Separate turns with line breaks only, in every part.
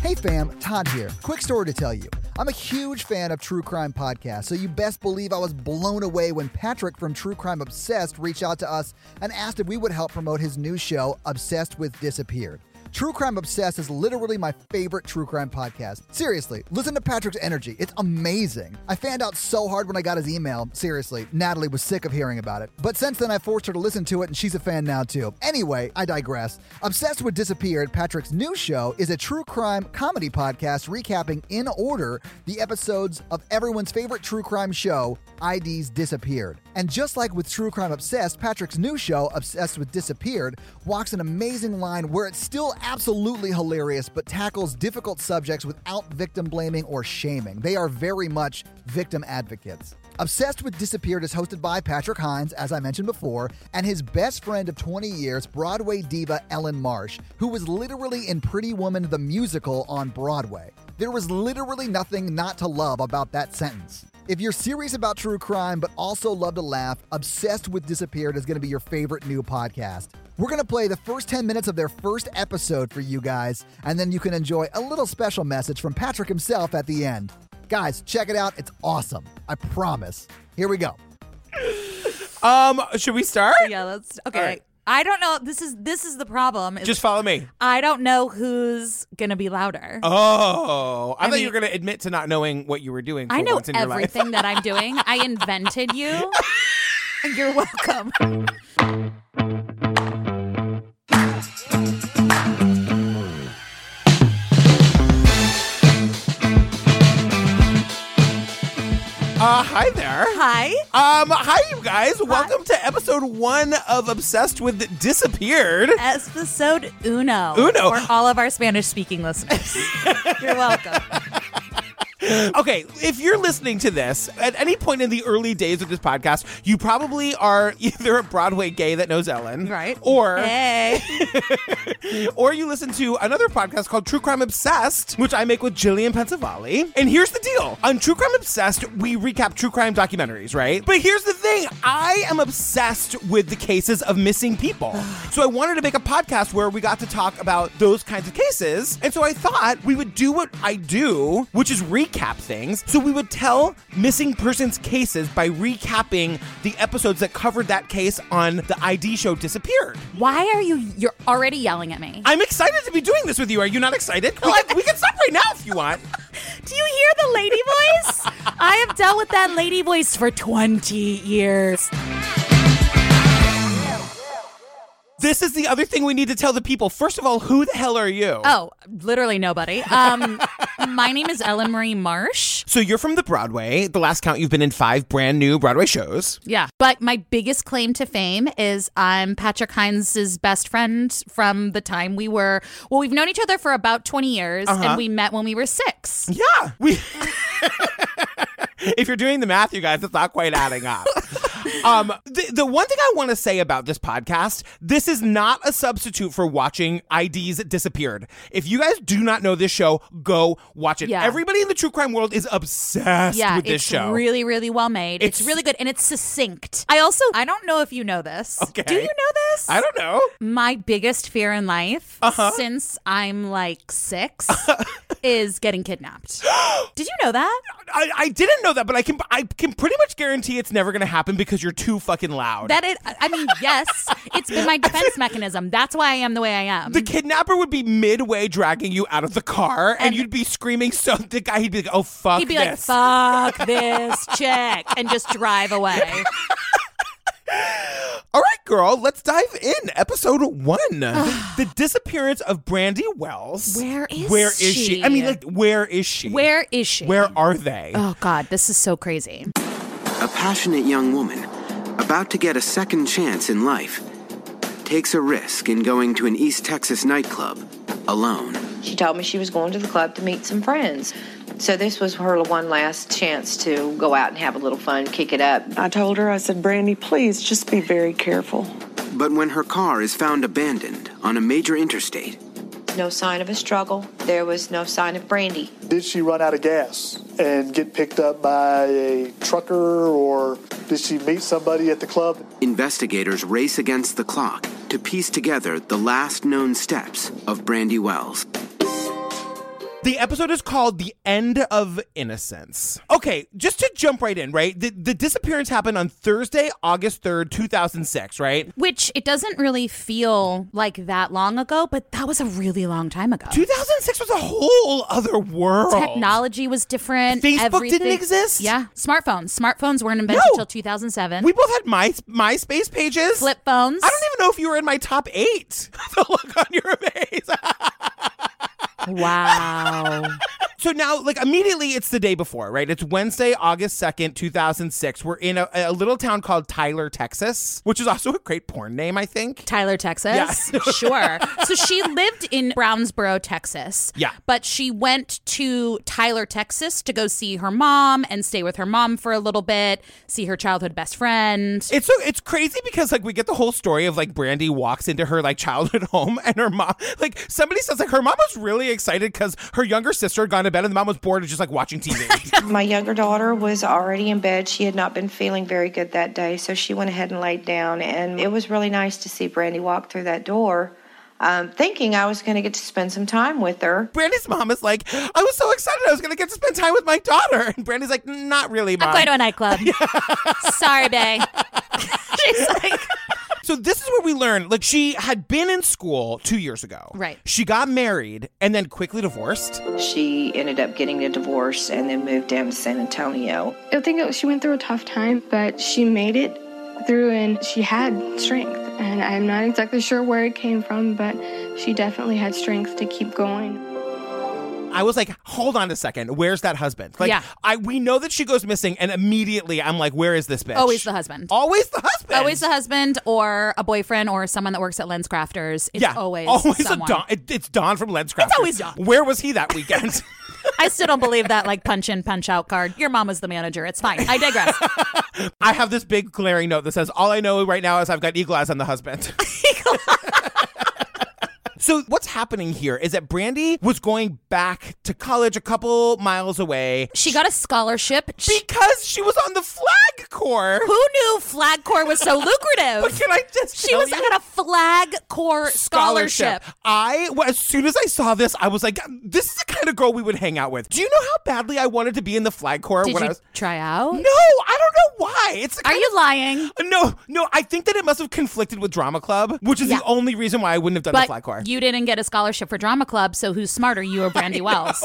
Hey fam, Todd here. Quick story to tell you. I'm a huge fan of true crime podcasts, so you best believe I was blown away when Patrick from True Crime Obsessed reached out to us and asked if we would help promote his new show, Obsessed with Disappeared. True Crime Obsessed is literally my favorite true crime podcast. Seriously, listen to Patrick's energy. It's amazing. I fanned out so hard when I got his email. Seriously, Natalie was sick of hearing about it. But since then, I forced her to listen to it, and she's a fan now, too. Anyway, I digress. Obsessed with Disappeared, Patrick's new show, is a true crime comedy podcast recapping in order the episodes of everyone's favorite true crime show, IDs Disappeared. And just like with True Crime Obsessed, Patrick's new show, Obsessed with Disappeared, walks an amazing line where it's still absolutely hilarious but tackles difficult subjects without victim blaming or shaming. They are very much victim advocates. Obsessed with Disappeared is hosted by Patrick Hines, as I mentioned before, and his best friend of 20 years, Broadway diva Ellen Marsh, who was literally in Pretty Woman the Musical on Broadway. There was literally nothing not to love about that sentence. If you're serious about true crime but also love to laugh, Obsessed with Disappeared is going to be your favorite new podcast. We're going to play the first 10 minutes of their first episode for you guys, and then you can enjoy a little special message from Patrick himself at the end. Guys, check it out. It's awesome. I promise. Here we go.
Um, should we start?
Yeah, let's okay.
right.
I don't know. This is this is the problem. is
Just follow me.
I don't know who's gonna be louder.
Oh, I, thought you
mean-
were going to admit to not knowing what you were doing. For
I know
once in Your life.
everything that I'm doing. I invented you. And you're welcome.
Uh, hi there.
Hi.
Um, hi you guys. Welcome to episode one of Obsessed with Disappeared.
Episode Uno.
Uno.
For all of our Spanish speaking listeners. you're welcome.
Okay, if you're listening to this at any point in the early days of this podcast, you probably are either a Broadway gay that knows Ellen,
Right.
Or
Hey.
or you listen to another podcast called True Crime Obsessed, which I make with Jillian Pensavalli. And here's the deal on True Crime Obsessed, we recap true crime documentaries, right? But here's the thing I am obsessed with the cases of missing people. So I wanted to make a podcast where we got to talk about those kinds of cases. And so I thought we would do what I do, which is recap things. So we would tell missing persons cases by recapping the episodes that covered that case on the ID show Disappeared.
Why are you you're already yelling at me?
I'm excited to be doing this with you. Are you not excited? We can, we can stop right now if you want.
Do you hear the lady voice? I have dealt with that lady voice for 20 years.
This is the other thing we need to tell the people. First of all, who the hell are you?
Oh, literally nobody. Um, my name is Ellen Marie Marsh.
So you're from the Broadway. The last count, you've been in five brand new Broadway shows.
Yeah. But my biggest claim to fame is I'm Patrick Hines' best friend from the time we were, well, we've known each other for about 20 years
Uh-huh.
and we met when we were six.
Yeah, we. if you're doing the math, you guys, it's not quite adding up. um, the, the one thing I want to say about this podcast, this is not a substitute for watching IDs Disappeared. If you guys do not know this show, go watch it.
Yeah.
Everybody in the true crime world is obsessed
Yeah,
with this
it's
show.
really, really well made. It's,
It's-
really good and it's succinct. I also, I don't know if you know this.
Okay.
Do you know this?
I don't Uh-huh. know.
my biggest fear in life since I'm like six is getting kidnapped. Did you know that?
I, I didn't know that, but I can I can pretty much guarantee it's never going to happen because you're too fucking loud.
That it, I mean, yes, it's been my defense mechanism. That's why I am the way I am.
the kidnapper would be midway dragging you out of the car, and,
And-
you'd be screaming. So the guy, he'd be like, "Oh fuck!"
He'd be like,
this.
fuck this chick, and just drive away.
All right, girl, let's dive in. Episode one: the disappearance of Brandy Wells.
Where is
where is she?
she?
I mean, like, where is she?
Where is she?
Where are they?
Oh, God, this is so crazy.
A passionate young woman, about to get a second chance in life, takes a risk in going to an East Texas nightclub alone.
She told me she was going to the club to meet some friends. So this was her one last chance to go out and have a little fun, kick it up.
I told her, I said, Brandy, please just be very careful.
But when her car is found abandoned on a major interstate,
No sign of a struggle. There was no sign of Brandy.
Did she run out of gas and get picked up by a trucker, or did she meet somebody at the club?
investigators race against the clock to piece together the last known steps of Brandy Wells.
The episode is called The End of Innocence. Okay, just to jump right in, right? The, the disappearance happened on Thursday, August 3rd, 2006, right?
Which it doesn't really feel like that long ago, but that was a really long time ago.
2006 was a whole other world.
Technology was different.
Facebook didn't
everything-
exist?
Yeah, smartphones. Smartphones weren't invented
No.
until 2007.
We both had my MySpace pages.
flip phones.
I don't even know if you were in my top eight. the look on your face.
Wow.
so now, like immediately, it's the day before, right? It's Wednesday, August second, two thousand six. We're in a, a little town called Tyler, Texas, which is also a great porn name, I think.
Tyler, Texas. sure. So she lived in Brownsboro, Texas.
Yeah.
But she went to Tyler, Texas to go see her mom and stay with her mom for a little bit, see her childhood best friend.
It's so it's crazy because like we get the whole story of like Brandy walks into her like childhood home and her mom like somebody says like her mom was really excited because her younger sister had gone to bed and the mom was bored of just like watching TV.
My younger daughter was already in bed. She had not been feeling very good that day, so she went ahead and laid down. And it was really nice to see Brandy walk through that door, um, thinking I was going to get to spend some time with her.
Brandy's mom is like, I was so excited I was gonna get to spend time with my daughter, and Brandy's like, not really, mom.
I'm going to a nightclub. Sorry, bae. She's like,
So this is where we learn like she had been in school 2 years ago.
Right.
She got married and then quickly divorced.
She ended up getting a divorce and then moved down to San Antonio.
I think it, she went through a tough time, but she made it through and she had strength. And I'm not exactly sure where it came from, but she definitely had strength to keep going.
I was like, "Hold on a second. Where's that husband?" Like
Yeah.
I we know that she goes missing and immediately I'm like, "Where is this bitch?"
Always the husband.
Always the husband.
Always the husband or a boyfriend or someone that works at Lens Crafters. It's
yeah,
always,
always
someone.
a Don. It, it's Don from Lenscraft. It's
always Don.
Where was he that weekend?
I still don't believe that like punch in, punch out card. Your mom was the manager. It's fine. I digress.
I have this big glaring note that says, "All I know right now is I've got eagle eyes on the husband." So what's happening here is that Brandy was going back to college a couple miles away
She got a scholarship. She-
because she was on the flag corps.
who knew Flag Corps was so
But
lucrative?
can I just
She
tell
was
you?
at a Flag Corps scholarship.
I well, as soon as I saw this, I was like, "This is the kind of girl we would hang out with." Do you know how badly I wanted to be in the flag corps
Did
when
you
I was?
try out?
No, I don't know why. It's the
Are
kind
you lying?
of- no, no. I think that it must have conflicted with drama club, which is
Yeah.
the only reason why I wouldn't have done the flag corps.
But you didn't get a scholarship for drama club, so who's smarter, you or Brandy Wells?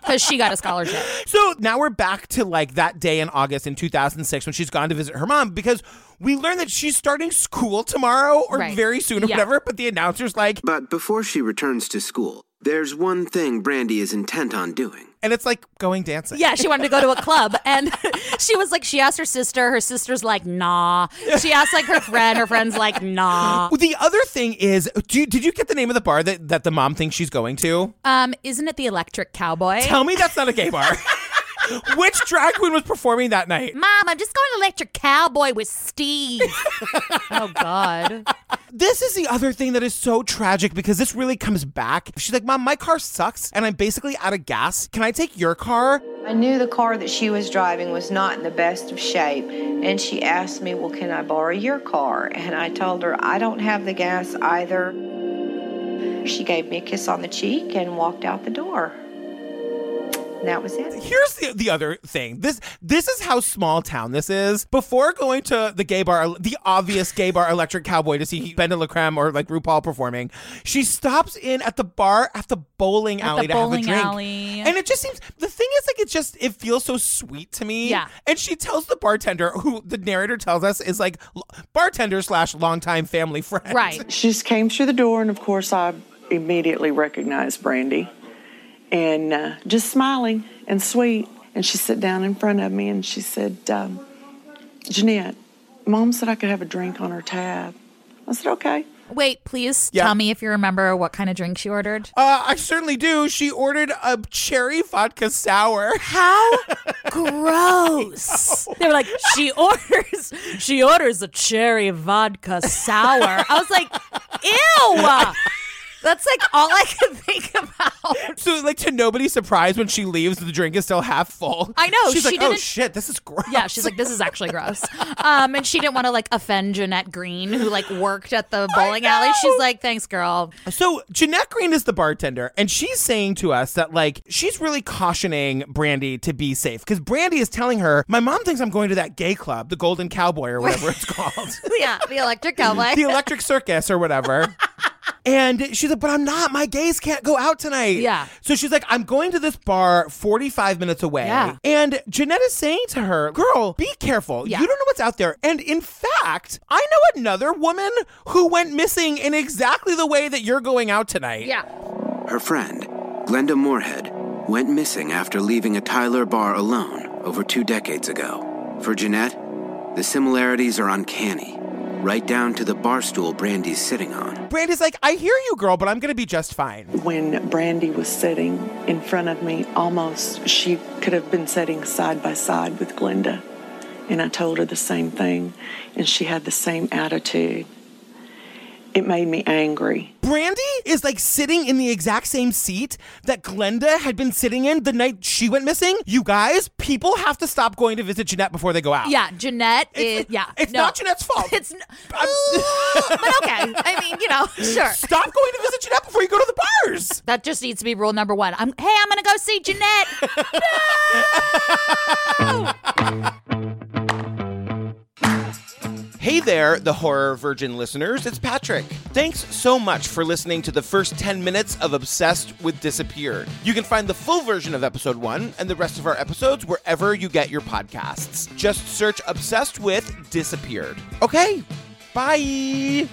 Because she got a scholarship.
So now we're back to like that day in August in 2006 when she's gone to visit her mom because we learn that she's starting school tomorrow or
Right.
very soon or
Yeah.
whatever. But the announcer's like,
But before she returns to school, there's one thing Brandy is intent on doing.
and it's like going dancing.
Yeah, she wanted to go to a club, and she was like, she asked her sister. Her sister's like, nah. She asked like her friend. Her friend's like, nah.
Well, the other thing is, do you, did you get the name of the bar that, that the mom thinks she's going to?
Um, isn't it the Electric Cowboy?
Tell me that's not a gay bar. Which drag queen was performing that night?
Mom, I'm just going Electric Cowboy with Steve. oh God.
This is the other thing that is so tragic because this really comes back. She's like, Mom, my car sucks and I'm basically out of gas. Can I take your car?
I knew the car that she was driving was not in the best of shape, and she asked me, Well, can I borrow your car? And I told her, I don't have the gas either. She gave me a kiss on the cheek and walked out the door. And that was it.
Here's the, the other thing. This this is how small town this is. Before going to the gay bar, the obvious gay bar Electric Cowboy to see Ben de La Creme or like RuPaul performing, she stops in at the bar at the bowling alley
the
to have
bowling
a drink.
alley.
And it just seems the thing is like it just it feels so sweet to me.
Yeah.
And she tells the bartender, who the narrator tells us is like l- bartender slash longtime family friend.
Right.
She just came through the door, and of course, I immediately recognized Brandy and uh, just smiling and sweet. And she sat down in front of me and she said, um, Jeanette, mom said I could have a drink on her tab. I said, okay.
Wait, please
Yeah.
tell me if you remember what kind of drink she ordered.
Uh, I certainly do. She ordered a cherry vodka sour.
How gross. They were like, she orders she orders a cherry vodka sour. I was like, ew. That's like all I could think about.
So, like, to nobody's surprise, when she leaves, the drink is still half full.
I know,
She's
she
like, oh
didn't-
shit, this is gross.
Yeah, she's like, this is actually gross. Um, and she didn't want to like offend Jeanette Green, who like worked at the bowling alley. She's like, thanks, girl.
So Jeanette Green is the bartender, and she's saying to us that like she's really cautioning Brandy to be safe because Brandy is telling her, "My mom thinks I'm going to that gay club, the Golden Cowboy or whatever it's called,
Yeah, the electric cowboy.
the Electric Circus or whatever." And she's like, but I'm not. My gays can't go out tonight.
Yeah.
So she's like, I'm going to this bar 45 minutes away.
Yeah.
And Jeanette is saying to her, girl, be careful.
Yeah.
You don't know what's out there. And in fact, I know another woman who went missing in exactly the way that you're going out tonight.
yeah.
Her friend, Glenda Moorhead, went missing after leaving a Tyler bar alone over two decades ago. For Jeanette, the similarities are uncanny, right down to the bar stool Brandy's sitting on.
Brandy's like, I hear you, girl, but I'm gonna be just fine.
When Brandy was sitting in front of me, almost she could have been sitting side by side with Glenda. And I told her the same thing, and she had the same attitude. It made me angry.
Brandy is like sitting in the exact same seat that Glenda had been sitting in the night she went missing. You guys, people have to stop going to visit Jeanette before they go out.
Yeah, Jeanette is.
It's-
Yeah,
it's
no.
not Jeanette's fault.
It's n- but okay. I mean, you know, sure.
Stop going to visit Jeanette before you go to the bars.
That just needs to be rule number one. I'm hey, I'm gonna go see Jeanette.
Hey there, the horror virgin listeners. It's Patrick. Thanks so much for listening to the first 10 minutes of Obsessed with Disappeared. You can find the full version of episode 1 and the rest of our episodes wherever you get your podcasts. Just search Obsessed with Disappeared. Okay, bye.